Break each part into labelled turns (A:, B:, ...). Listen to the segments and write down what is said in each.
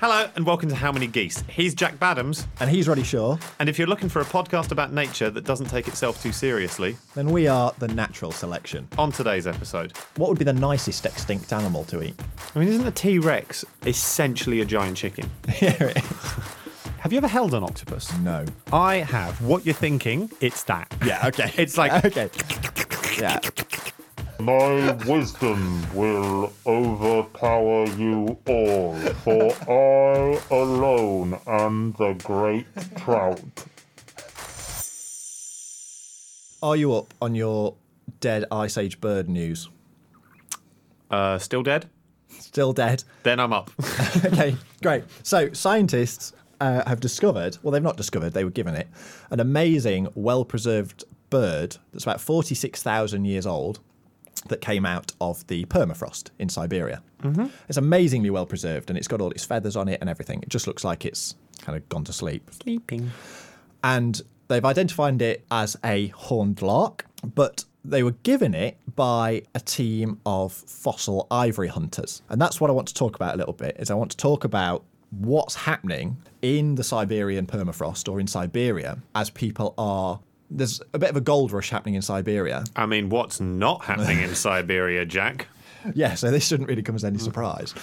A: Hello and welcome to How Many Geese. He's Jack Badams,
B: And he's Roddy Shaw.
A: and if you're looking for a podcast about nature that doesn't take itself too seriously,
B: Then we are the natural selection.
A: on today's episode,
B: What would be the nicest extinct animal to eat?
A: I mean, isn't a T Rex essentially a giant chicken?
B: Here it is.
A: Have you ever held an octopus?
B: No.
A: I have. What you're thinking, it's that.
B: Yeah, okay.
A: It's like-
B: okay. Yeah.
C: My wisdom will overpower you all, for I alone am the great trout.
B: Are you up on your dead Ice Age bird news?
A: Uh, still dead?
B: Still dead.
A: Then I'm up.
B: okay, great. So scientists uh, have discovered, well, they've not discovered, they were given it, an amazing, well-preserved bird that's about 46,000 years old that came out of the permafrost in Siberia. Mm-hmm. It's amazingly well-preserved and it's got all its feathers on it and everything. It just looks like it's kind of gone to sleep.
A: Sleeping.
B: And they've identified it as a horned lark, but they were given it by a team of fossil ivory hunters. And that's what I want to talk about a little bit is I want to talk about what's happening in the Siberian permafrost or in Siberia as people are there's a bit of a gold rush happening in Siberia.
A: I mean, what's not happening in Siberia, Jack?
B: Yeah, so this shouldn't really come as any surprise.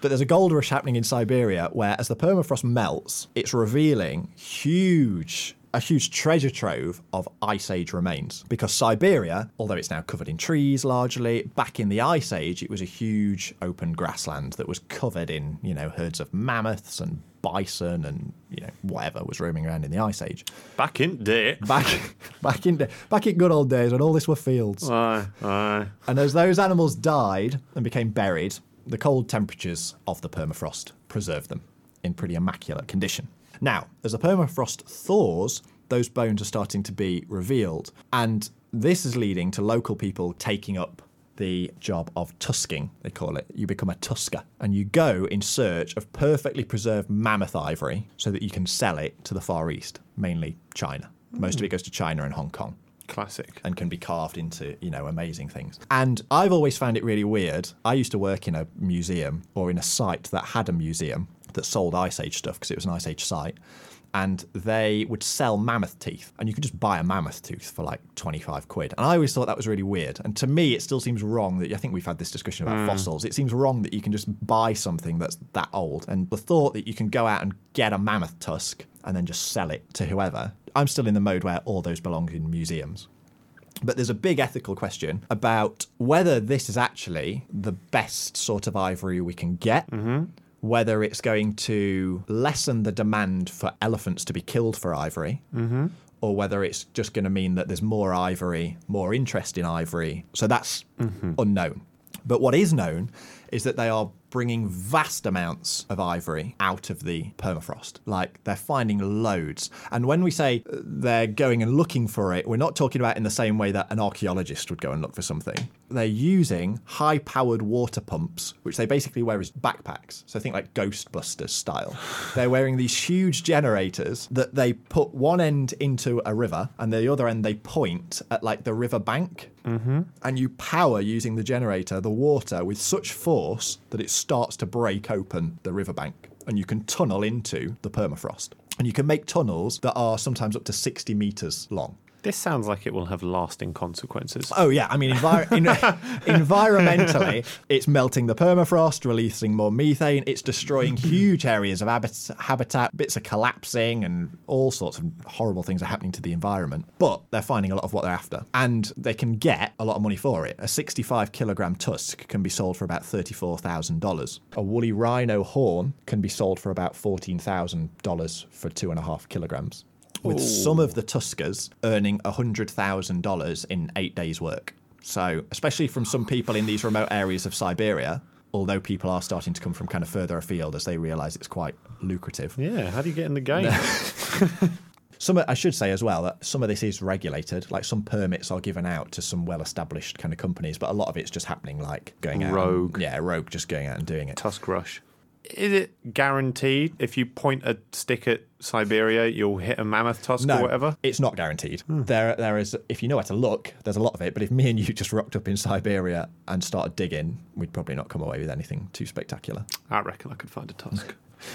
B: But there's a gold rush happening in Siberia where, as the permafrost melts, it's revealing huge. A huge treasure trove of Ice Age remains because Siberia, although it's now covered in trees largely, back in the Ice Age, it was a huge open grassland that was covered in, you know, herds of mammoths and bison and, you know, whatever was roaming around in the Ice Age.
A: Back in day.
B: Back, back in, back in good old days when all this were fields.
A: Aye, aye.
B: And as those animals died and became buried, the cold temperatures of the permafrost preserved them in pretty immaculate condition. Now, as the permafrost thaws, those bones are starting to be revealed. And this is leading to local people taking up the job of tusking, they call it. You become a tusker and you go in search of perfectly preserved mammoth ivory so that you can sell it to the Far East, mainly China. Most of it goes to China and Hong Kong
A: Classic.
B: and can be carved into you know amazing things and i've always found it really weird i used to work in a museum or in a site that had a museum that sold ice age stuff because it was an ice age site and they would sell mammoth teeth and you could just buy a mammoth tooth for like 25 quid and i always thought that was really weird and to me it still seems wrong that i think we've had this discussion about fossils it seems wrong that you can just buy something that's that old and the thought that you can go out and get a mammoth tusk and then just sell it to whoever i'm still in the mode where all those belong in museums but there's a big ethical question about whether this is actually the best sort of ivory we can get. Whether it's going to lessen the demand for elephants to be killed for ivory, or whether it's just going to mean that there's more ivory, more interest in ivory. So that's unknown. But what is known is that they are bringing vast amounts of ivory out of the permafrost. Like they're finding loads. And when we say uh, they're going and looking for it, we're not talking about in the same way that an archaeologist would go and look for something. They're using high powered water pumps, which they basically wear as backpacks. So think like Ghostbusters style. they're wearing these huge generators that they put one end into a river and the other end they point at like the river bank and you power using the generator the water with such force that it starts to break open the riverbank and you can tunnel into the permafrost. And you can make tunnels that are sometimes up to 60 meters long.
A: This sounds like it will have lasting consequences.
B: Oh, yeah. I mean, envir- en- environmentally, it's melting the permafrost, releasing more methane. It's destroying huge areas of habit- habitat. Bits are collapsing, and all sorts of horrible things are happening to the environment. But they're finding a lot of what they're after, and they can get a lot of money for it. A 65 kilogram tusk can be sold for about $34,000. A woolly rhino horn can be sold for about $14,000 for two and a half kilograms with some of the Tuskers earning $100,000 in eight days' work. So, especially from some people in these remote areas of Siberia, although people are starting to come from kind of further afield as they realize it's quite lucrative.
A: Yeah, how do you get in the game?
B: Some, I should say as well that some of this is regulated, like some permits are given out to some well established kind of companies, but a lot of it's just happening like going out. and-
A: Rogue.
B: yeah, rogue, just going out and doing it.
A: Tusk Rush. Is it guaranteed if you point a stick at Siberia, you'll hit a mammoth tusk or whatever?
B: It's not guaranteed. There, there is. If you know where to look, there's a lot of it. But if me and you just rocked up in Siberia and started digging, we'd probably not come away with anything too spectacular.
A: I reckon I could find a tusk.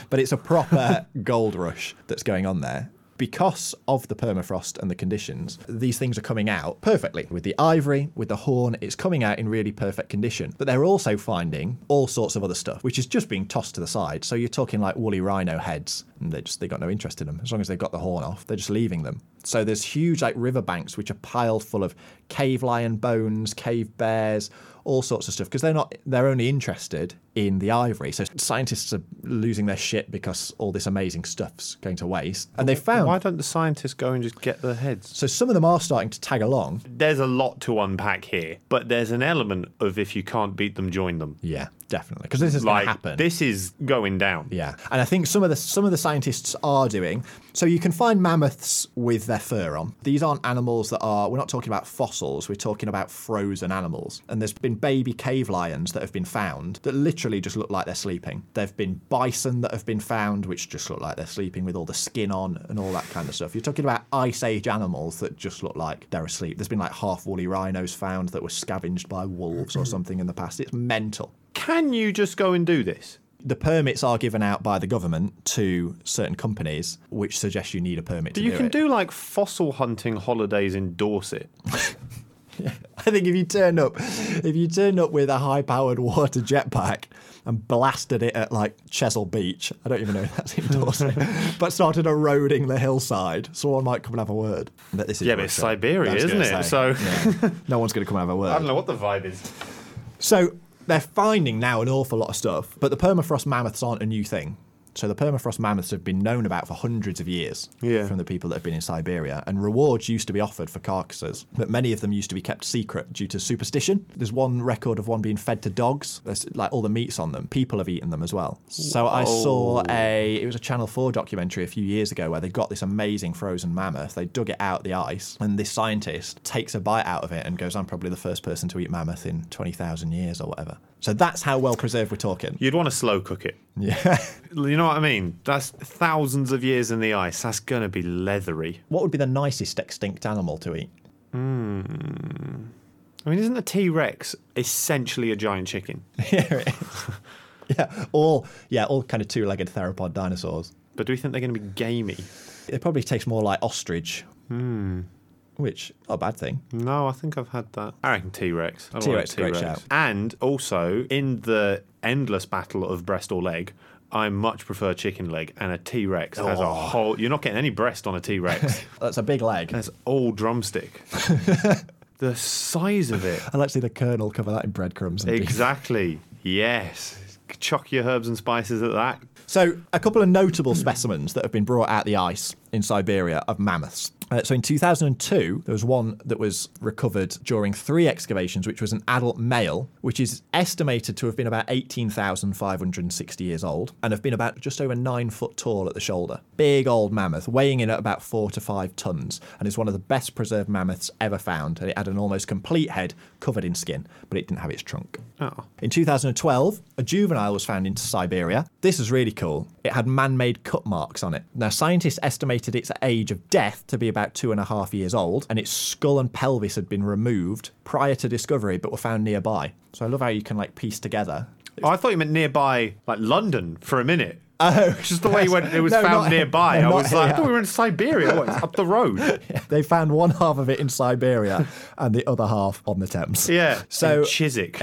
B: But it's a proper gold rush that's going on there. Because of the permafrost and the conditions, these things are coming out perfectly. With the ivory, with the horn, it's coming out in really perfect condition. But they're also finding all sorts of other stuff, which is just being tossed to the side. So you're talking like woolly rhino heads, and they just they got no interest in them. As long as they've got the horn off, they're just leaving them. So there's huge like riverbanks which are piled full of cave lion bones, cave bears, all sorts of stuff because they're not they're only interested in the ivory. So scientists are losing their shit because all this amazing stuff's going to waste. And they found
A: Why don't the scientists go and just get their heads?
B: so some of them are starting to tag along.
A: There's a lot to unpack here, but there's an element of if you can't beat them, join them.
B: Yeah, definitely because this is going
A: Like
B: to happen.
A: this is going down.
B: Yeah, and I think some of the some of the scientists are doing so. You can find mammoths with their fur on. These aren't animals that are. We're not talking about fossils. We're talking about frozen animals. And there's been baby cave lions that have been found that literally just look like they're sleeping. There've been bison that have been found which just look like they're sleeping with all the skin on and all that kind of stuff. You're talking about ice age animals that just look like they're asleep. There's been like half woolly rhinos found that were scavenged by wolves or something in the past. It's mental
A: Can you just go and do this?
B: the permits are given out by the government to certain companies, which suggests you need a permit to
A: You
B: do
A: can
B: it.
A: do like fossil hunting holidays in Dorset.
B: I think if you turn up, if you turn up with a high-powered water jetpack and blasted it at like Chesil Beach, I don't even know if that's in Dorset, but started eroding the hillside, someone might come and have a word. But this is
A: Yeah, but it's
B: Russia.
A: Siberia,
B: I was
A: isn't
B: gonna
A: it?
B: say,
A: So
B: yeah. no one's going to come and have a word.
A: know what the vibe is.
B: So they're finding now an awful lot of stuff, but the permafrost mammoths aren't a new thing. So the permafrost mammoths have been known about for hundreds of years
A: Yeah.
B: from the people that have been in Siberia, and rewards used to be offered for carcasses, but many of them used to be kept secret due to superstition. There's one record of one being fed to dogs. There's like all the meats on them. People have eaten them as well. So I saw a it was a Channel 4 documentary a few years ago where they got this amazing frozen mammoth. They dug it out of the ice, and this scientist takes a bite out of it and goes, "I'm probably the first person to eat mammoth in 20,000 years or whatever." So that's how well preserved we're talking.
A: You'd want to slow cook it.
B: Yeah.
A: You know what I mean? That's thousands of years in the ice. That's going to be leathery.
B: what would be the nicest extinct animal to eat?
A: I mean, isn't a T Rex essentially a giant chicken,
B: Yeah, all yeah, all kind of two-legged theropod dinosaurs.
A: but do we think they're going to be gamey?
B: It probably tastes more like ostrich, which not a bad thing.
A: No, I think I've had that. I reckon T Rex.
B: T-Rex, great shout.
A: And also, in the endless battle of breast or leg, I much prefer chicken leg, and a T Rex has
B: Oh.
A: a whole. You're not getting any breast on a T Rex.
B: That's a big leg.
A: That's all drumstick. the size of it.
B: I'd like to see the kernel cover that in breadcrumbs. And beef.
A: Exactly. Yes. Chuck your herbs and spices at that.
B: So, a couple of notable specimens that have been brought out the ice in Siberia of mammoths. Uh, so, in 2002, there was one that was recovered during three excavations, which was an adult male, which is estimated to have been about 18,560 years old and have been about just over nine foot tall at the shoulder. Big old mammoth, weighing in at about four to five tons, and is one of the best preserved mammoths ever found. And it had an almost complete head covered in skin, but it didn't have its trunk.
A: Oh.
B: In 2012, a juvenile was found in Siberia. This is really cool. It had man made cut marks on it. Now, scientists estimated its age of death to be about two and a half years old, and its skull and pelvis had been removed prior to discovery but were found nearby. So I love how you can like piece together.
A: Oh, I thought you meant nearby, like London, for a minute. Oh, just the way you went. It was
B: No,
A: found
B: not-
A: nearby.
B: no,
A: I
B: not
A: was like, I
B: here.
A: thought we were in Siberia. What, it's up the road.
B: They found one half of it in Siberia and the other half on the Thames.
A: Yeah.
B: So-
A: in Chiswick.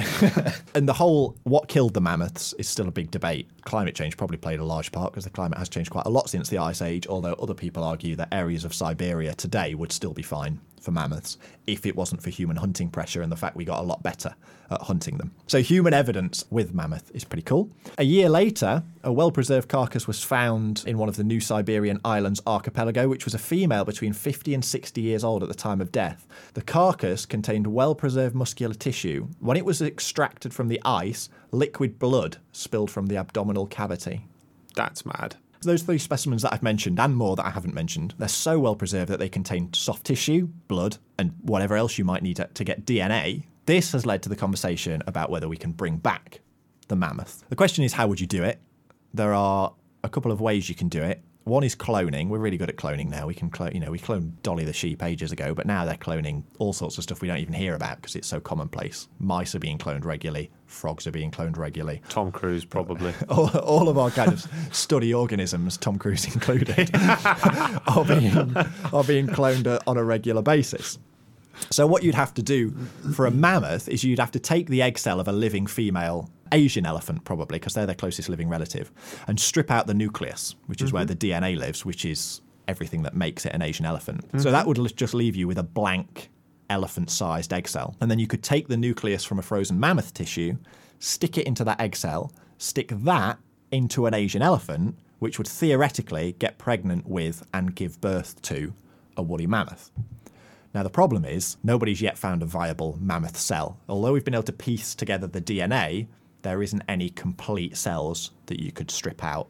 B: And the whole what killed the mammoths is still a big debate. Climate change probably played a large part because the climate has changed quite a lot since the Ice Age, although other people argue that areas of Siberia today would still be fine for mammoths if it wasn't for human hunting pressure and the fact we got a lot better at hunting them. So, human evidence with mammoth is pretty cool. A year later, a well preserved carcass was found in one of the New Siberian Islands archipelago, which was a female between 50 and 60 years old at the time of death. The carcass contained well preserved muscular tissue. When it was extracted from the ice, liquid blood spilled from the abdominal cavity.
A: That's mad.
B: So those three specimens that I've mentioned and more that I haven't mentioned, they're so well preserved that they contain soft tissue, blood, and whatever else you might need to, to get DNA. This has led to the conversation about whether we can bring back the mammoth. The question is, how would you do it? There are a couple of ways you can do it. One is cloning. We're really good at cloning now. We can clone, you know, we cloned Dolly the sheep ages ago, but now they're cloning all sorts of stuff we don't even hear about because it's so commonplace. Mice are being cloned regularly. Frogs are being cloned regularly.
A: Tom Cruise probably.
B: All, all of our kind of study organisms, Tom Cruise included, are being are being cloned uh, on a regular basis. So what you'd have to do for a mammoth is you'd have to take the egg cell of a living female Asian elephant, probably because they're their closest living relative, and strip out the nucleus, which is where the DNA lives, which is everything that makes it an Asian elephant. So that would l- just leave you with a blank elephant-sized egg cell, and then you could take the nucleus from a frozen mammoth tissue, stick it into that egg cell, stick that into an Asian elephant, which would theoretically get pregnant with and give birth to a woolly mammoth. Now, the problem is nobody's yet found a viable mammoth cell. Although we've been able to piece together the DNA, there isn't any complete cells that you could strip out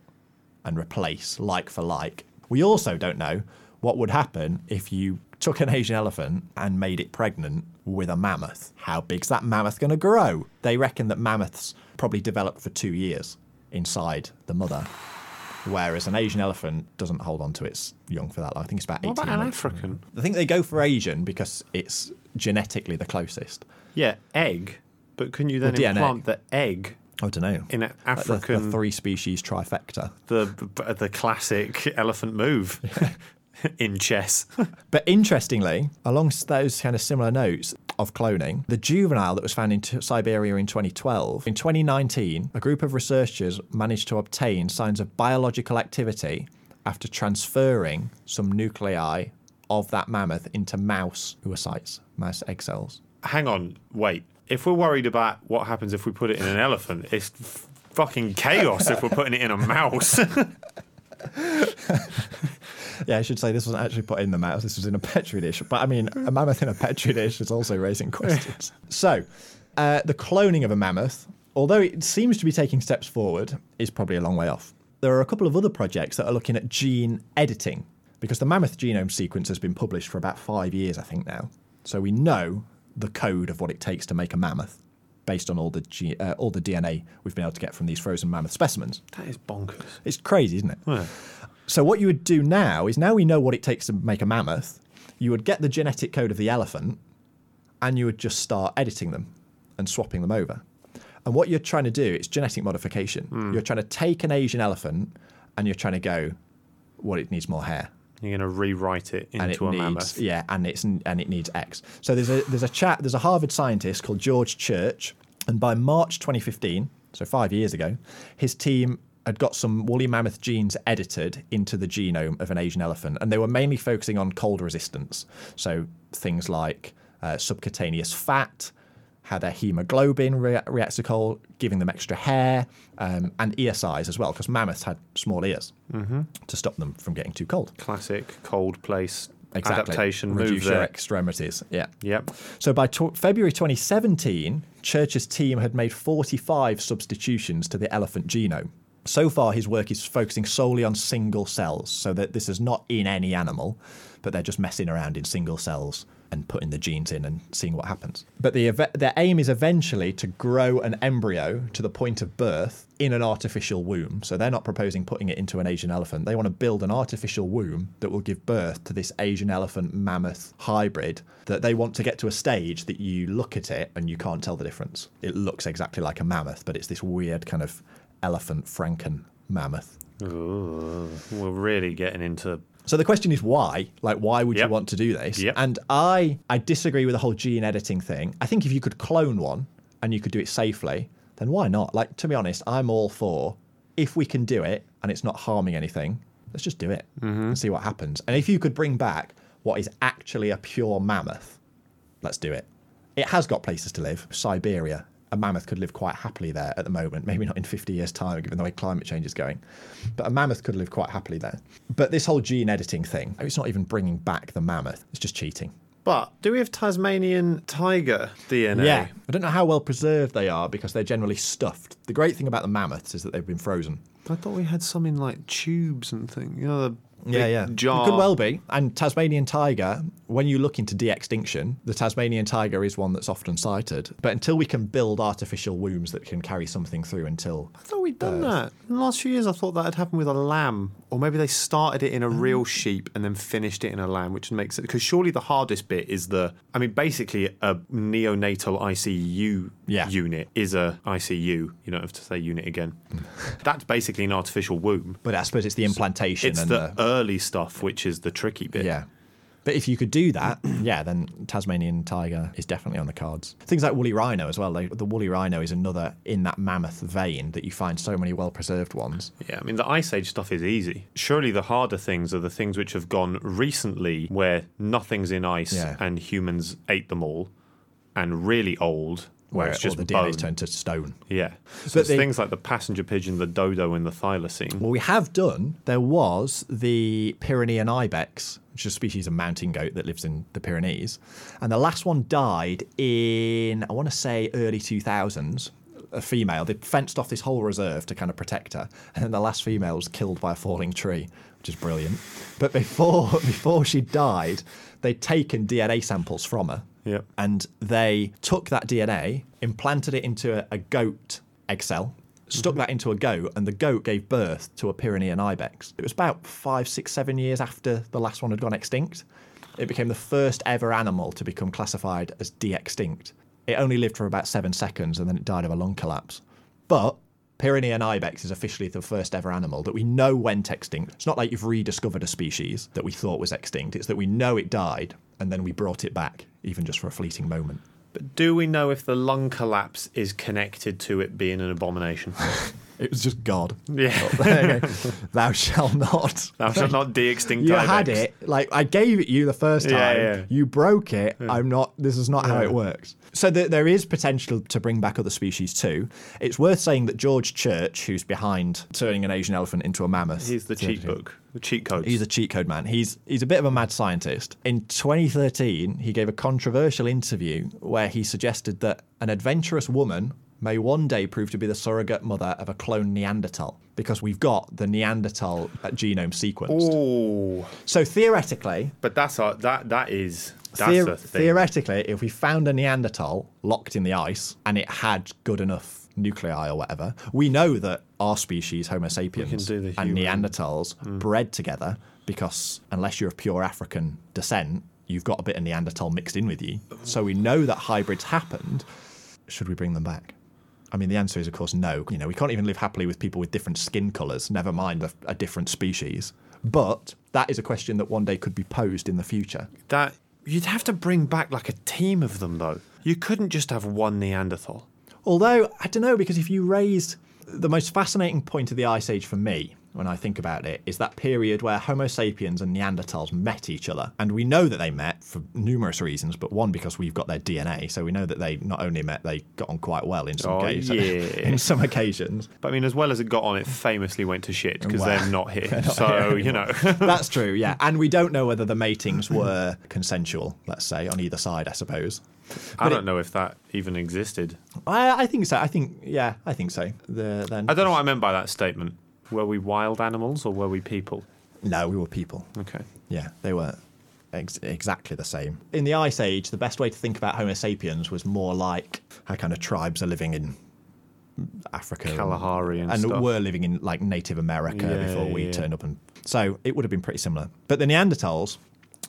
B: and replace like for like. We also don't know what would happen if you took an Asian elephant and made it pregnant with a mammoth. How big's that mammoth going to grow? They reckon that mammoths probably develop for two years inside the mother. Whereas an Asian elephant doesn't hold on to its young for that long. I think it's about 18
A: What about an
B: months.
A: African?
B: I think they go for Asian because it's genetically the closest.
A: Yeah, egg. But can you then
B: The DNA.
A: implant the egg
B: I don't know.
A: in an
B: the,
A: African,
B: three species trifecta.
A: the, the classic elephant move in chess?
B: But interestingly, along s- those kind of similar notes of cloning, the juvenile that was found in t- Siberia in 2012, in 2019, a group of researchers managed to obtain signs of biological activity after transferring some nuclei of that mammoth into mouse oocytes, mouse egg cells.
A: Hang on, wait. If we're worried about what happens if we put it in an elephant, it's f- fucking chaos if we're putting it in a mouse.
B: Yeah, I should say this wasn't actually put in the mouse. This was in a petri dish. But I mean, a mammoth in a petri dish is also raising questions. so, uh, the cloning of a mammoth, although it seems to be taking steps forward, is probably a long way off. There are a couple of other projects that are looking at gene editing because the mammoth genome sequence has been published for about five years, I think now. So we know the code of what it takes to make a mammoth based on all the ge- uh, all the DNA we've been able to get from these frozen mammoth specimens.
A: that is bonkers.
B: It's crazy, isn't it?
A: Yeah.
B: So what you would do now is now we know what it takes to make a mammoth. You would get the genetic code of the elephant, and you would just start editing them and swapping them over. And what you're trying to do is genetic modification. You're trying to take an Asian elephant, and you're trying to go, well, it needs more hair
A: You're going to rewrite it into
B: and it
A: a
B: needs
A: mammoth.
B: yeah, and it's and it needs X. So there's a there's a chat there's a Harvard scientist called George Church, and by March 2015, so five years ago, his team had got some woolly mammoth genes edited into the genome of an Asian elephant, and they were mainly focusing on cold resistance, so things like uh, subcutaneous fat. How their hemoglobin rea- reacts to cold, giving them extra hair, um, and ear size as well, because mammoths had small ears
A: Mm-hmm.
B: to stop them from getting too cold
A: Classic cold place
B: exactly.
A: adaptation
B: Reduce
A: move
B: your
A: there.
B: extremities. Yeah.
A: Yep.
B: So by tw February 2017, Church's team had made 45 substitutions to the elephant genome. So far, his work is focusing solely on single cells, so that this is not in any animal, but they're just messing around in single cells and putting the genes in and seeing what happens. But the eve- their aim is eventually to grow an embryo to the point of birth in an artificial womb. So they're not proposing putting it into an Asian elephant. They want to build an artificial womb that will give birth to this Asian elephant mammoth hybrid that they want to get to a stage that you look at it and you can't tell the difference. It looks exactly like a mammoth, but it's this weird kind of elephant franken mammoth.
A: Ooh, we're really getting into
B: So the question is why? Like, why would
A: Yep.
B: you want to do this?
A: Yep.
B: And I, I disagree with the whole gene editing thing. I think if you could clone one and you could do it safely, then why not? Like, to be honest, I'm all for if we can do it and it's not harming anything, let's just do it
A: Mm-hmm.
B: and see what happens. And if you could bring back what is actually a pure mammoth, let's do it. It has got places to live. Siberia, a mammoth could live quite happily there at the moment. Maybe not in 50 years' time, given the way climate change is going. But a mammoth could live quite happily there. But this whole gene editing thing, it's not even bringing back the mammoth, it's just cheating.
A: But do we have Tasmanian tiger DNA?
B: Yeah. I don't know how well preserved they are because they're generally stuffed. The great thing about the mammoths is that they've been frozen.
A: I thought we had some in like tubes and things. You know, the
B: Yeah,
A: big
B: yeah.
A: jar.
B: Could well be. And Tasmanian tiger, when you look into de extinction, the Tasmanian tiger is one that's often cited. But until we can build artificial wombs that can carry something through until.
A: I thought we'd done that. In the last few years, I thought that had happened with a lamb, or maybe they started it in a real sheep and then finished it in a lamb, which makes it because surely the hardest bit is the. I mean, basically, a neonatal ICU
B: Yeah.
A: unit is a ICU. You don't have to say unit again. That's basically an artificial womb.
B: But I suppose it's the implantation
A: It's
B: and
A: the early stuff which is the tricky bit.
B: Yeah. But if you could do that, yeah, then Tasmanian tiger is definitely on the cards. Things like woolly rhino as well. Like the woolly rhino is another in that mammoth vein that you find so many well preserved ones.
A: Yeah, I mean, the Ice Age stuff is easy. Surely the harder things are the things which have gone recently where nothing's in ice
B: Yeah.
A: and humans ate them all and really old.
B: Where
A: it's
B: all
A: just
B: the
A: bone.
B: DNA's turned to stone.
A: Yeah. So it's
B: they-
A: things like the passenger pigeon, the dodo, and the thylacine.
B: Well, we have done. There was the Pyrenean ibex, which is a species of mountain goat that lives in the Pyrenees, and the last one died in I want to say early 2000s. A female. They fenced off this whole reserve to kind of protect her, and then the last female was killed by a falling tree, which is brilliant. But before before she died, they'd taken DNA samples from her,
A: Yep.
B: and they took that DNA, implanted it into a, a goat egg cell, stuck that into a goat, and the goat gave birth to a Pyrenean ibex. It was about five, six, seven years after the last one had gone extinct. It became the first ever animal to become classified as de extinct. It only lived for about seven seconds and then it died of a lung collapse. But Pyrenean ibex is officially the first ever animal that we know went extinct. It's not like you've rediscovered a species that we thought was extinct. It's that we know it died and then we brought it back, even just for a fleeting moment.
A: But do we know if the lung collapse is connected to it being an abomination?
B: It was just God.
A: yeah.
B: There you go. Thou shall not.
A: Thou shalt not de extinct
B: You had it. Like I gave it you the first time.
A: Yeah, yeah.
B: You broke it. I'm not. This is not how it works. So th- there is potential to bring back other species too. It's worth saying that George Church, who's behind turning an Asian elephant into a mammoth,
A: Here's the cheat book, the cheat codes.
B: He's a cheat code man. He's he's a bit of a mad scientist. In 2013, he gave a controversial interview where he suggested that an adventurous woman may one day prove to be the surrogate mother of a clone Neanderthal because we've got the Neanderthal uh, genome sequenced.
A: oh,
B: So theoretically,
A: but that's a, that that is that's
B: theor-
A: a thing.
B: theoretically, if we found a Neanderthal locked in the ice and it had good enough nuclei or whatever, we know that our species, Homo sapiens,
A: do
B: and
A: the human- Mm.
B: Neanderthals bred together because unless you're of pure African descent, you've got a bit of Neanderthal mixed in with you. So we know that hybrids happened. Should we bring them back? I mean, the answer is, of course, no. You know, we can't even live happily with people with different skin colours, never mind a, a different species. But that is a question that one day could be posed in the future.
A: that you'd have to bring back like a team of them though. You couldn't just have one Neanderthal.
B: Although, I don't know, because if you raised the most fascinating point of the Ice Age for me, when I think about it, is that period where Homo sapiens and Neanderthals met each other. And we know that they met for numerous reasons, but one, because we've got their DNA. So we know that they not only met, they got on quite well in some,
A: Oh,
B: case-
A: yeah.
B: in some occasions.
A: But I mean, as well as it got on, it famously went to shit because
B: Wow.
A: they're not here. so you know,
B: That's true, yeah. And we don't know whether the matings were consensual, let's say, on either side, I suppose.
A: I don't know if that even existed.
B: I, I think so. I think, yeah, I think so. The, then,
A: I don't know what I meant by that statement. Were we wild animals or were we people?
B: No, we were people.
A: Okay.
B: Yeah, they were ex- exactly the same. In the Ice Age, the best way to think about Homo sapiens was more like how kind of tribes are living in Africa, and-
A: Kalahari and
B: and
A: stuff.
B: were living in like Native America
A: Yeah,
B: before we
A: yeah.
B: turned up, and so it would have been pretty similar. But the Neanderthals,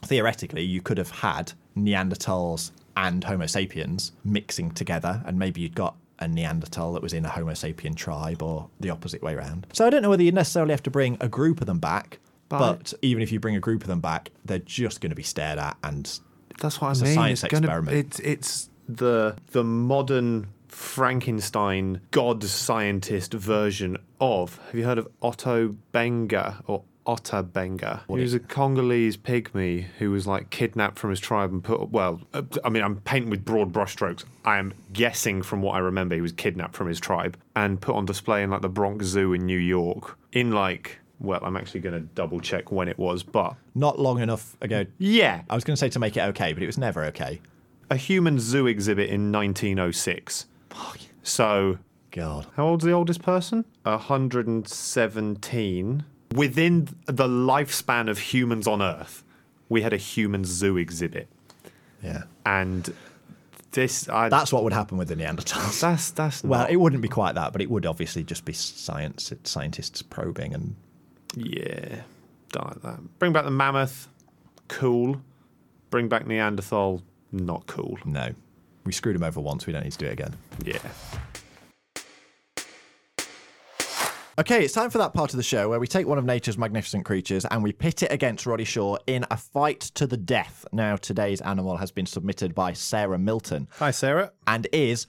B: theoretically, you could have had Neanderthals and Homo sapiens mixing together, and maybe you'd got. A Neanderthal that was in a Homo sapien tribe, or the opposite way around. So I don't know whether you necessarily have to bring a group of them back,
A: But-
B: but even if you bring a group of them back, they're just going to be stared at. And
A: That's what I
B: It's a
A: mean.
B: science
A: it's gonna-
B: experiment.
A: It's it's the the modern Frankenstein god scientist version of. Have you heard of Otto Benga or Otta Benga? He was a Congolese pygmy who was like kidnapped from his tribe and put. Well, uh, I mean, I'm painting with broad brushstrokes. I am guessing from what I remember, he was kidnapped from his tribe and put on display in like the Bronx Zoo in New York. In like, well, I'm actually going to double check when it was, but
B: not long enough ago,
A: yeah,
B: I was going to say to make it okay, but it was never okay.
A: a human zoo exhibit in 1906. So,
B: God.
A: how old's the oldest person? 117. within the lifespan of humans on Earth, we had a human zoo exhibit,
B: Yeah.
A: and this I,
B: That's what would happen with the Neanderthals.
A: that's that's
B: Well,
A: not,
B: it wouldn't be quite that, but it would obviously just be science scientists probing and
A: yeah, don't like that. Bring back the mammoth, cool. Bring back Neanderthal, not cool.
B: no. We screwed him over once, we don't need to do it again.
A: Yeah,
B: Okay, it's time for that part of the show where we take one of nature's magnificent creatures and we pit it against Roddy Shaw in a fight to the death. Now, today's animal has been submitted by Sarah Milton
D: Hi, Sarah.
B: and is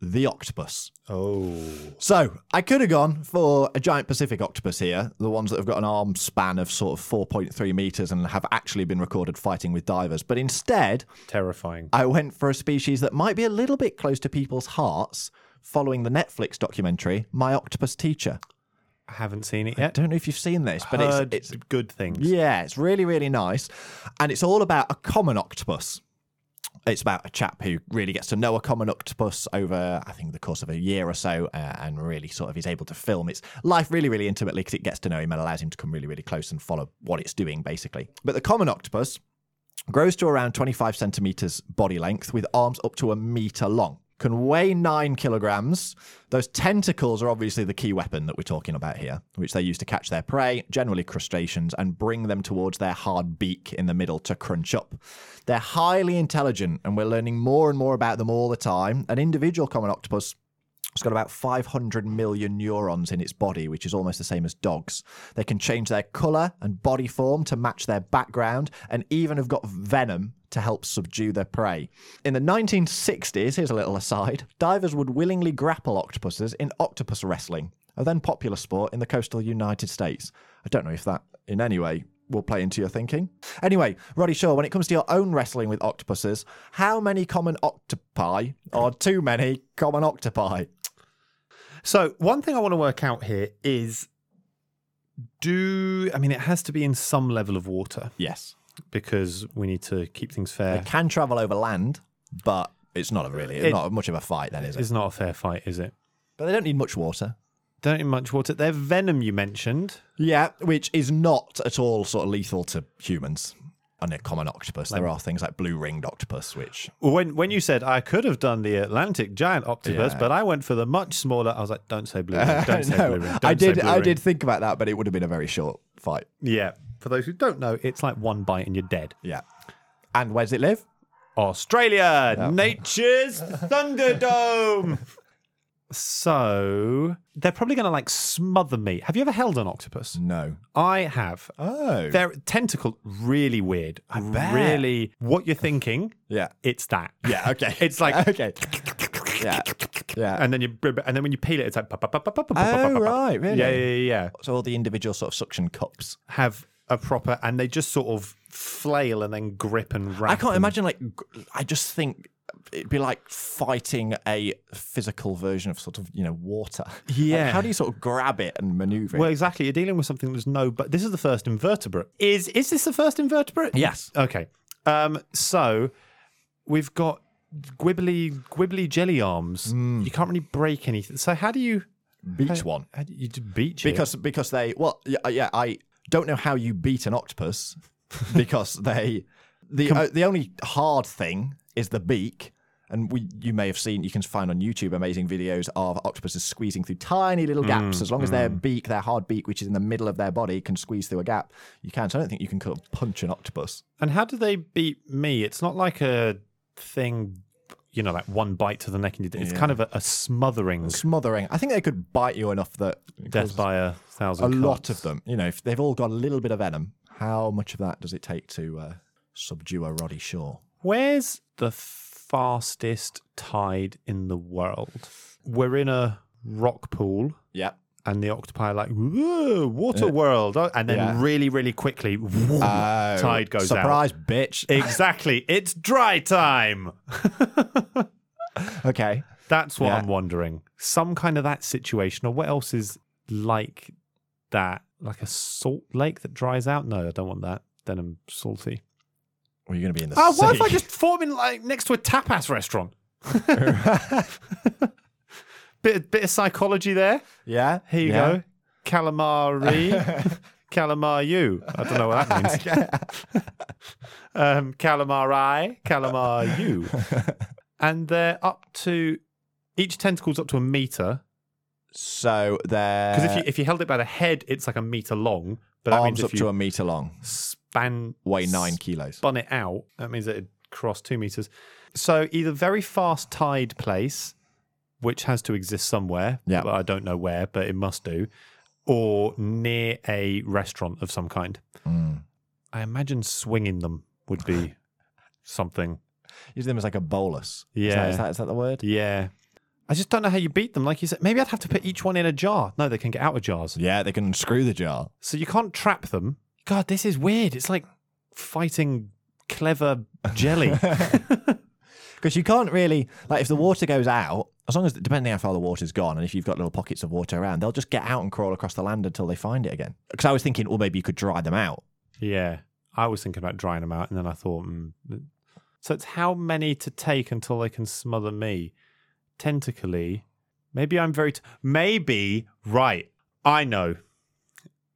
B: the octopus.
D: Oh.
B: So I could have gone for a giant Pacific octopus here, the ones that have got an arm span of sort of 4.3 meters and have actually been recorded fighting with divers. But instead,
D: Terrifying.
B: I went for a species that might be a little bit close to people's hearts following the Netflix documentary, My Octopus Teacher.
A: I haven't seen it
B: I
A: yet,
B: don't know if you've seen this, but
A: Heard
B: it's, it's
A: good things.
B: yeah, it's really, really nice. And it's all about a common octopus. It's about a chap who really gets to know a common octopus over, I think, the course of a year or so, uh, and really sort of is able to film its life really, really intimately because it gets to know him and allows him to come really, really close and follow what it's doing, basically. But the common octopus grows to around 25 centimeters body length with arms up to a meter long. Can weigh nine kilograms. Those tentacles are obviously the key weapon that we're talking about here, which they use to catch their prey, generally crustaceans, and bring them towards their hard beak in the middle to crunch up. They're highly intelligent, and we're learning more and more about them all the time. An individual common octopus it's got about 500 million neurons in its body, which is almost the same as dogs. They can change their color and body form to match their background, and even have got venom to help subdue their prey. In the 1960s, here's a little aside divers would willingly grapple octopuses in octopus wrestling, a then popular sport in the coastal United States. I don't know if that in any way will play into your thinking. Anyway, Roddy Shaw, when it comes to your own wrestling with octopuses, how many common octopi are too many common octopi?
D: So, one thing I want to work out here is do, I mean, it has to be in some level of water
B: Yes.
D: because we need to keep things
B: They
D: fair.
B: can travel over land, but it's not a really
D: It-
B: not much of a fight then, is it?
D: It's not a fair fight, is it?
B: But they don't need much water.
D: Don't need much water. Their venom you mentioned.
B: Yeah, which is not at all sort of lethal to humans. And a common octopus. There are things like blue ringed octopus, which
D: When when you said I could have done the Atlantic giant octopus,
B: Yeah.
D: but I went for the much smaller. I was like, don't say blue ring. Don't say
B: No,
D: blue ring. Don't
B: I
D: say
B: did
D: blue
B: I
D: ring.
B: did think about that, but it would have been a very short fight.
D: Yeah. For those who don't know, it's like one bite and you're dead.
B: Yeah. And where does it live?
D: Australia, nature's thunderdome. So they're probably going to like smother me. Have you ever held an octopus?
B: No.
D: I have.
B: Oh.
D: Their tentacle really weird. I
B: bet.
D: Really, what you're thinking?
B: Yeah.
D: It's that.
B: Yeah, okay.
D: It's like-
B: Okay. Yeah. Yeah.
D: And then you and then when you peel it, it's like.
B: Oh, right, really?
D: Yeah, yeah, yeah, yeah.
B: so all the individual sort of suction cups.
D: Have a proper, and they just sort of flail and then grip and wrap.
B: I can't
D: and-
B: imagine like g- I just think it'd be like fighting a physical version of sort of you know water. Like,
D: Yeah.
B: how do you sort of grab it and maneuver? it?
D: Well, exactly. You're dealing with something that's no, but this is the first invertebrate. Is is this the first invertebrate?
B: Yes.
D: Okay. Um, so we've got gwibbly gwibbly jelly arms. You can't really break anything. So how do you
B: beat one
D: how do you do beach it?
B: because because they well yeah, uh, yeah I don't know how you beat an octopus because they the uh, the only hard thing is the beak. And we, you may have seen, you can find on YouTube amazing videos of octopuses squeezing through tiny little
D: Hmm,
B: gaps. as long as their beak, their hard beak, which is in the middle of their body, can squeeze through a gap, you can. So I don't think you can kind of punch an octopus.
D: and how do they beat me? It's not like a thing, you know, like one bite to the neck and you, it's kind of a, a smothering
B: smothering. I think they could bite you enough that
D: death by a thousand.
B: a lot
D: cuts.
B: of them. You know, if they've all got a little bit of venom, how much of that does it take to uh, subdue a Roddy Shaw?
D: Where's the fastest tide in the world? We're in a rock pool.
B: Yeah.
D: and the octopi are like "Whoa, water world oh," and then
B: Uh, Yeah. Oh,
D: really really quickly whoom, tide goes out
B: Surprise, bitch.
D: exactly it's dry time
B: Okay.
D: that's what
B: Yeah.
D: i'm wondering some kind of that situation or what else is like that like a salt lake that dries out no i don't want that then i'm salty
B: Well, you're going to be in the
D: oh
B: sea.
D: what if i just form in like next to a tapas restaurant bit, bit of psychology there
B: Yeah.
D: here you
B: yeah.
D: go calamari Calamar you. I don't know what that means. um, calamar I, calamar you. And they're up to each tentacle's up to a meter.
B: So they're
D: Because if you if you held it by the head, it's like a meter long. But that
B: Uh, arms
D: means
B: up
D: if
B: to
D: you
B: a meter long,
D: span
B: weigh nine kilos.
D: spun it out, that means that it crossed two meters. So either very fast tide place, which has to exist somewhere,
B: Yeah.
D: but I don't know where, but it must do, or near a restaurant of some kind.
B: Mm.
D: I imagine swinging them would be something.
B: Use them as like a bolus. Is
D: Yeah.
B: that, is that, is that the word?
D: Yeah. I just don't know how you beat them. Like you said, maybe I'd have to put each one in a jar. No, they can get out of jars.
B: Yeah, they can unscrew the jar.
D: So you can't trap them. God, this is weird. It's like fighting clever jelly.
B: Because you can't really, like, if the water goes out, as long as, depending how far the water's gone, and if you've got little pockets of water around, they'll just get out and crawl across the land until they find it again. Because I was thinking, well, maybe you could dry them out.
D: Yeah, I was thinking about drying them out, and then I thought, mm. th- so it's how many to take until they can smother me tentacly? Maybe I'm very. T- Maybe right. I know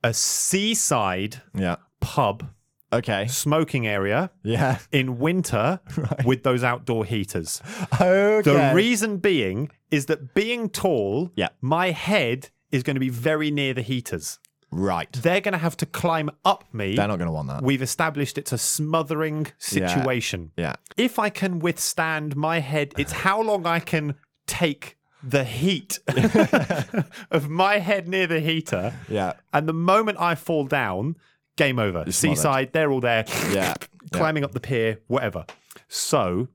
D: a seaside
B: Yeah.
D: pub
B: Okay.
D: smoking area
B: Yeah.
D: in winter with those outdoor heaters.
B: Okay.
D: The reason being is that being tall,
B: Yeah.
D: my head is going to be very near the heaters.
B: right.
D: They're going to have to climb up me
B: They're not going to want that.
D: we've established it's a smothering situation.
B: yeah.
D: If I can withstand my head, it's how long I can take the heat of my head near the heater.
B: Yeah.
D: And the moment I fall down, game over.
B: smothered.
D: Seaside, they're all there
B: Yeah.
D: climbing up the pier, whatever. So,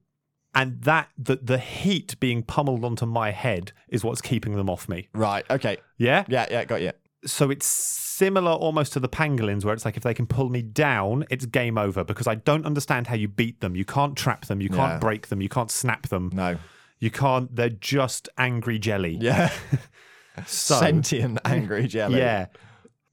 D: and that the, the heat being pummeled onto my head is what's keeping them off me.
B: Right. Okay.
D: Yeah?
B: Yeah. Yeah. Got you.
D: so it's similar almost to the pangolins where it's like if they can pull me down it's game over because i don't understand how you beat them you can't trap them you can't
B: Yeah.
D: break them you can't snap them
B: No.
D: you can't they're just angry jelly
B: Yeah.
D: so,
B: Sentient angry jelly.
D: yeah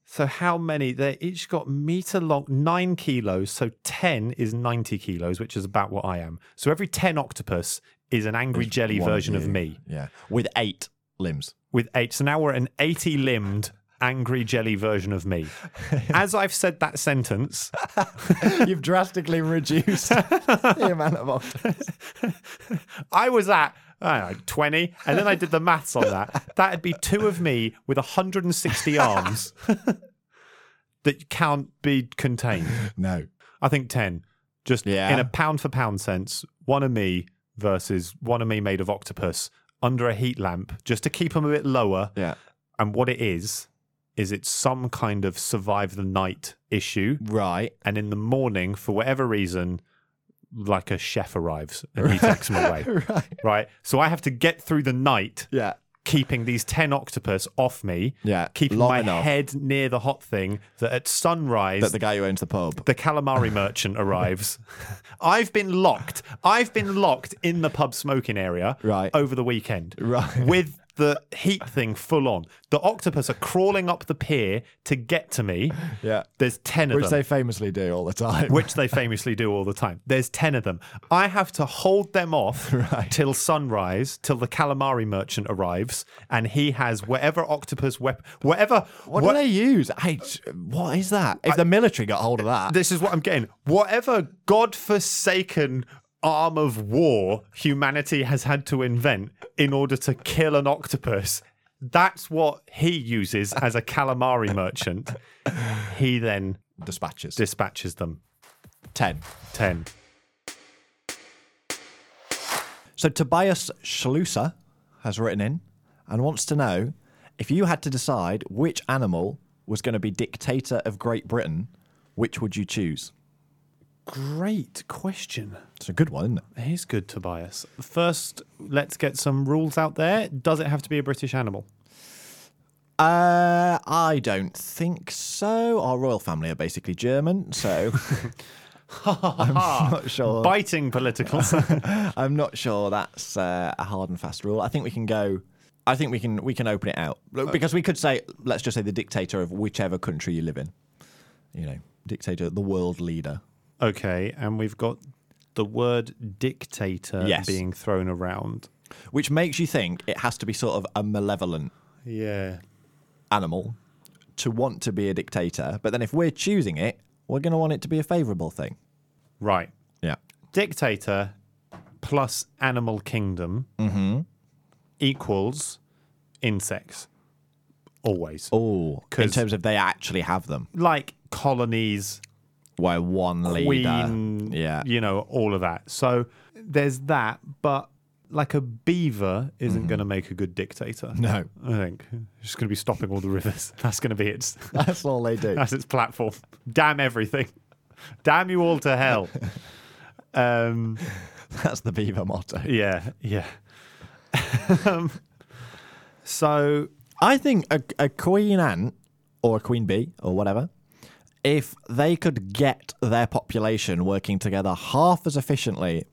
D: so how many they each got meter long nine kilos so 10 is 90 kilos which is about what i am so every 10 octopus is an angry jelly
B: One
D: version of
B: you.
D: me
B: Yeah. With eight limbs.
D: with eight. So now we're an 80 limbed angry jelly version of me. As I've said that sentence,
B: You've drastically reduced the amount of octopus.
D: I was at. I don't know, 20, and then I did the maths on that. That'd be two of me with 160 arms that can't be contained.
B: No.
D: I think 10, just
B: Yeah.
D: in a pound for pound sense, one of me versus one of me made of octopus under a heat lamp, just to keep them a bit lower.
B: Yeah.
D: And what it is, is it's some kind of survive the night issue.
B: Right.
D: and in the morning, for whatever reason, like a chef arrives and he takes them away.
B: Right.
D: Right. So I have to get through the night
B: Yeah.
D: keeping these 10 octopus off me,
B: Yeah.
D: keeping
B: Long
D: my
B: enough
D: head near the hot thing that at sunrise.
B: that the guy who owns the pub.
D: the calamari merchant arrives. I've been locked. I've been locked in the pub smoking area
B: Right.
D: over the weekend
B: Right.
D: with the heat thing full on. The octopus are crawling up the pier to get to me.
B: Yeah.
D: There's 10 of
B: Which
D: them
B: they famously do all the time.
D: which they famously do all the time. There's 10 of them. I have to hold them off
B: Right.
D: till sunrise, till the calamari merchant arrives, and he has whatever octopus weapon, whatever.
B: what,
D: wha-
B: do they use? Hey, t- what is that? If the military got hold of that,
D: this is what I'm getting. Whatever godforsaken arm of war humanity has had to invent in order to kill an octopus. That's what he uses as a calamari merchant. He then
B: dispatches.
D: dispatches them.
B: 10.
D: 10.
B: So Tobias Schlusser has written in and wants to know if you had to decide which animal was going to be dictator of Great Britain, which would you choose?
D: Great question.
B: It's a good one, isn't it?
D: He's good, Tobias. First, let's get some rules out there. Does it have to be a British animal?
B: Uh, I don't think so. Our royal family are basically German, so I'm not sure.
D: Biting political.
B: I'm not sure that's uh, a hard and fast rule. I think we can go. I think we can we can open it out Look, because we could say let's just say the dictator of whichever country you live in. You know, dictator, the world leader.
D: okay, and we've got the word dictator
B: Yes.
D: being thrown around.
B: which makes you think it has to be sort of a malevolent
D: Yeah.
B: animal to want to be a dictator, but then if we're choosing it, we're going to want it to be a favourable thing.
D: Right.
B: Yeah.
D: Dictator plus animal kingdom
B: Mm-hmm.
D: equals insects. Always.
B: Oh, in
D: 'Cause-
B: terms of they actually have them,
D: Like colonies,
B: where one leader.
D: queen,
B: yeah.
D: you know, all of that. So there's that, but like a beaver isn't
B: Mm-hmm.
D: going to make a good dictator.
B: No.
D: I think it's going to be stopping all the rivers. That's going to be its
B: That's all they do.
D: That's its platform. Damn everything. Damn you all to hell. Um,
B: That's the beaver motto.
D: yeah, yeah. um, so
B: I think a, a queen ant or a queen bee or whatever, if they could get their population working together half as efficiently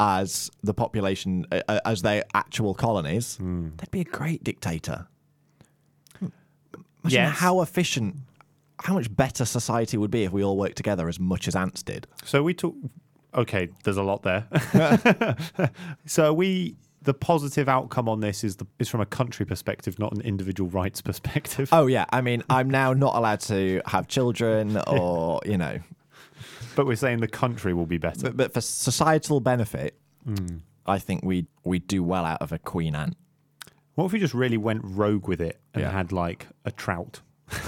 B: as the population, uh, uh, as their actual colonies, they'd be a great dictator. Imagine
D: Yes.
B: how efficient, how much better society would be if we all worked together as much as ants did.
D: So we talk. Okay, there's a lot there. so we the positive outcome on this is the is from a country perspective, not an individual rights perspective.
B: Oh, yeah. I mean, I'm now not allowed to have children or, you know,
D: but we're saying the country will be better.
B: but, but for societal benefit, I think we we do well out of a queen ant.
D: What if we just really went rogue with it and
B: Yeah.
D: had like a trout?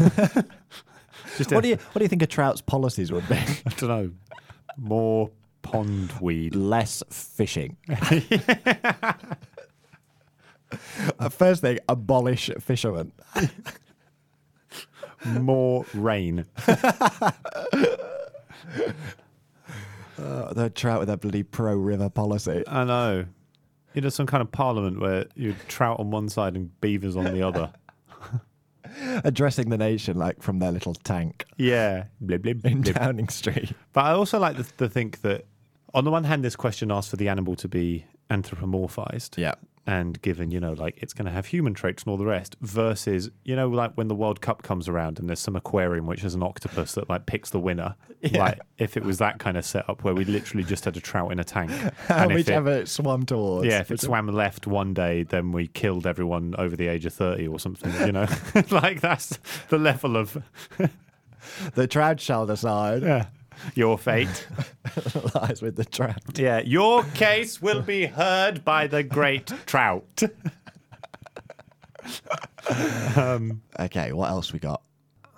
D: just
B: What do you what do you think a trout's policies would be?
D: I don't know. More pond weed.
B: Less fishing. Uh, First thing, abolish fishermen.
D: More rain.
B: Uh, the trout with their bloody pro river policy.
D: I know. You know, some kind of parliament where you trout on one side and beavers on the other.
B: Addressing the nation like from their little tank
D: Yeah. Blib, blib,
B: in
D: blib.
B: Downing Street.
D: But I also like to, to think that, on the one hand, this question asks for the animal to be anthropomorphized
B: Yeah.
D: and given, you know, like it's going to have human traits and all the rest, versus, you know, like when the World Cup comes around and there's some aquarium which has an octopus that like picks the winner. Like if it was that kind of setup where we literally just had a trout in a tank. And if it,
B: Whichever it swam towards.
D: yeah, if it swam left one day, then we killed everyone over the age of 30 or something, you know? like that's the level of
B: The trout shall decide.
D: yeah, your fate.
B: lies with the trout.
D: Yeah, your case will be heard by the great trout.
B: Okay, what else we got?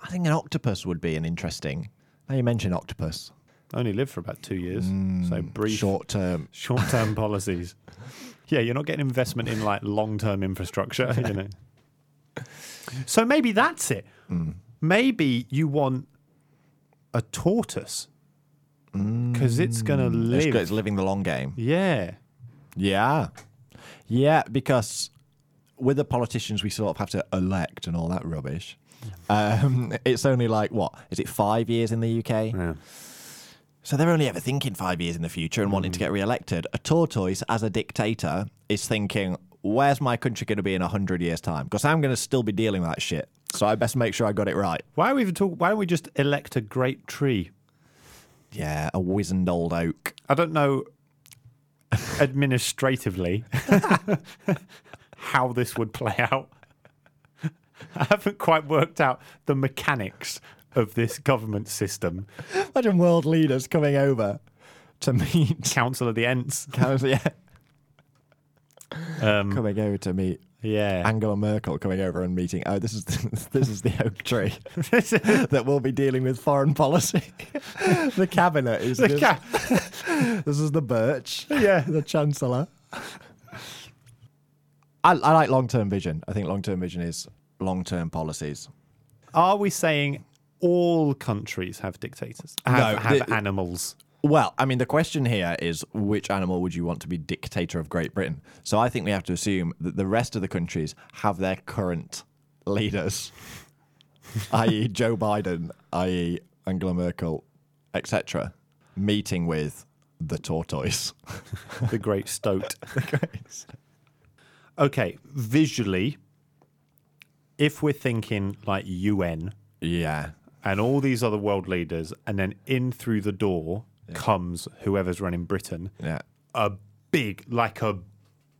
B: I think an octopus would be an interesting. Now you mentioned octopus.
D: Only lived for about two years, so brief
B: Short term.
D: short term policies. Yeah, you're not getting investment in like long term infrastructure, you know. So maybe that's it.
B: Mm.
D: Maybe you want a tortoise because it's going to
B: It's, Mm, good,
D: live.
B: it's living the long game.
D: Yeah.
B: Yeah. Yeah, because with the politicians we sort of have to elect and all that rubbish. Um, it's only like what is it five years in the UK?
D: Yeah.
B: So they're only ever thinking five years in the future and wanting to get re-elected. A tortoise, as a dictator, is thinking, "Where's my country going to be in hundred years' time? Because I'm going to still be dealing with that shit. So I best make sure I got it right."
D: Why are we even talk? Why don't we just elect a great tree?
B: Yeah, a wizened old oak.
D: I don't know administratively how this would play out. I haven't quite worked out the mechanics of this government system.
B: Imagine world leaders coming over to meet.
D: Council of the Ents.
B: yeah,
D: Um,
B: coming over to meet
D: yeah.
B: Angela Merkel coming over and meeting. Oh, this is the, this is the oak tree
D: the
B: that will be dealing with foreign policy. the cabinet is this,
D: ca-
B: this is the birch.
D: Yeah.
B: the chancellor. I, I like long term vision. I think long term vision is long term policies.
D: Are we saying all countries have dictators? Have,
B: No,
D: have
B: the-
D: animals.
B: Well, I mean, the question here is which animal would you want to be dictator of Great Britain? So I think we have to assume that the rest of the countries have their current leaders, i.e., Joe Biden, i.e., Angela Merkel, etc., meeting with the tortoise.
D: The Great Stoat. Okay, visually, if we're thinking like UN,
B: yeah.
D: and all these other world leaders, and then in through the door comes whoever's running Britain,
B: Yeah.
D: a big, like a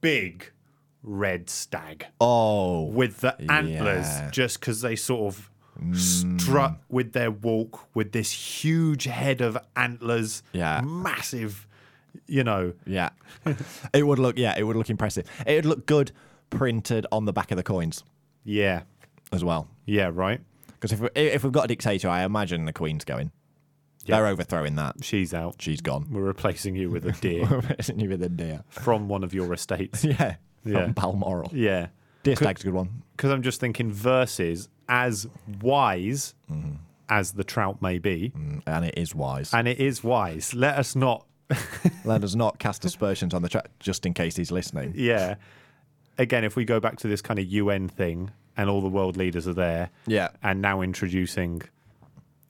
D: big red stag
B: Oh,
D: with the antlers,
B: Yeah.
D: just because they sort of strut with their walk with this huge head of antlers,
B: Yeah.
D: massive, you know.
B: Yeah. it would look yeah, it would look impressive. It would look good printed on the back of the coins
D: Yeah.
B: as well.
D: Yeah, right?
B: Because if, we- if we've got a dictator, I imagine the queen's going. They're overthrowing that.
D: She's out.
B: She's gone.
D: We're replacing you with a deer
B: Isn't you with a deer?
D: from one of your estates.
B: Yeah.
D: Yeah.
B: From Balmoral.
D: Yeah.
B: Deer stag's a good one.
D: Because I'm just thinking verses as wise as the trout may be,
B: And it is wise.
D: and it is wise. Let us not,
B: Let us not cast aspersions on the track just in case he's listening.
D: yeah. Again, if we go back to this kind of UN thing and all the world leaders are there,
B: Yeah.
D: and now introducing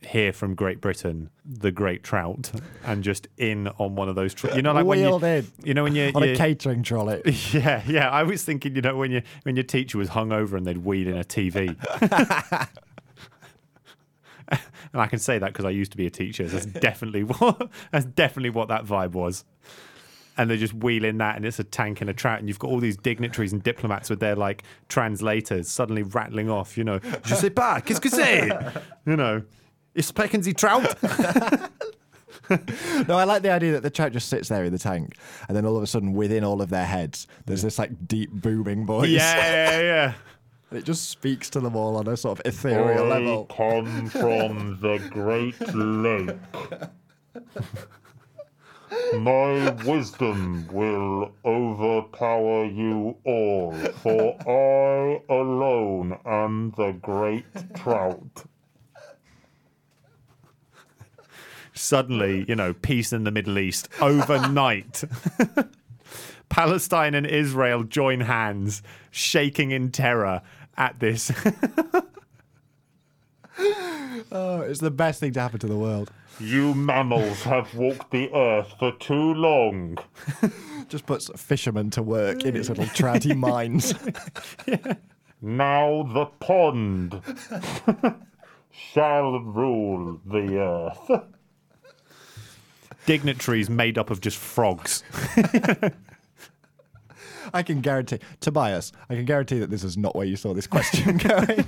D: here from Great Britain the great trout, and just in on one of those, tr- you know, like when you,
B: Wheeled in.
D: you know, when you,
B: On
D: you-
B: a catering trolley.
D: yeah, yeah. I was thinking, you know, when your when your teacher was hungover and they'd weed in a TV. and I can say that because I used to be a teacher. So that's definitely what that's definitely what that vibe was. And they just wheel in that, and it's a tank and a trout, and you've got all these dignitaries and diplomats with their like translators suddenly rattling off, you know, je sais pas, qu'est-ce que c'est? You know, it's Peckinsey trout.
B: No, I like the idea that the trout just sits there in the tank, and then all of a sudden, within all of their heads, there's this like deep booming voice.
D: yeah, yeah, yeah.
B: it just speaks to them all on a sort of ethereal
C: I
B: level.
C: come from the Great Lake. My wisdom will overpower you all, for I alone am the great trout.
D: suddenly, you know, peace in the Middle East overnight. Palestine and Israel join hands, shaking in terror at this.
B: Oh, it's the best thing to happen to the world.
C: You mammals have walked the earth for too long.
B: Just puts fishermen to work in its little trouty mines.
C: Now the pond shall rule the earth.
D: Dignitaries made up of just frogs.
B: I can guarantee, Tobias, I can guarantee that this is not where you saw this question going.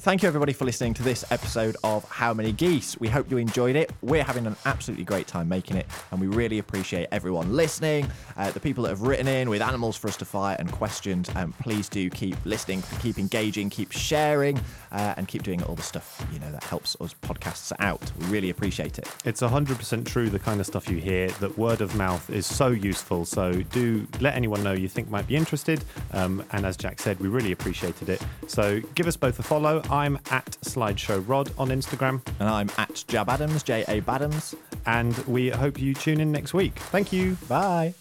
B: Thank you, everybody, for listening to this episode of How Many Geese. We hope you enjoyed it. We're having an absolutely great time making it, and we really appreciate everyone listening. Uh, the people that have written in with animals for us to fire and questions, um, please do keep listening, keep engaging, keep sharing, uh, and keep doing all the stuff you know that helps us podcasts out. We really appreciate it.
D: It's 100% true, the kind of stuff you hear, that word of mouth is so useful. So do let anyone know you think might be interested. Um, and as Jack said, we really appreciated it. So give us both a follow. I'm at Slideshow Rod on Instagram,
B: And I'm at Jab Adams, J A Badams.
D: and we hope you tune in next week. Thank you.
B: Bye.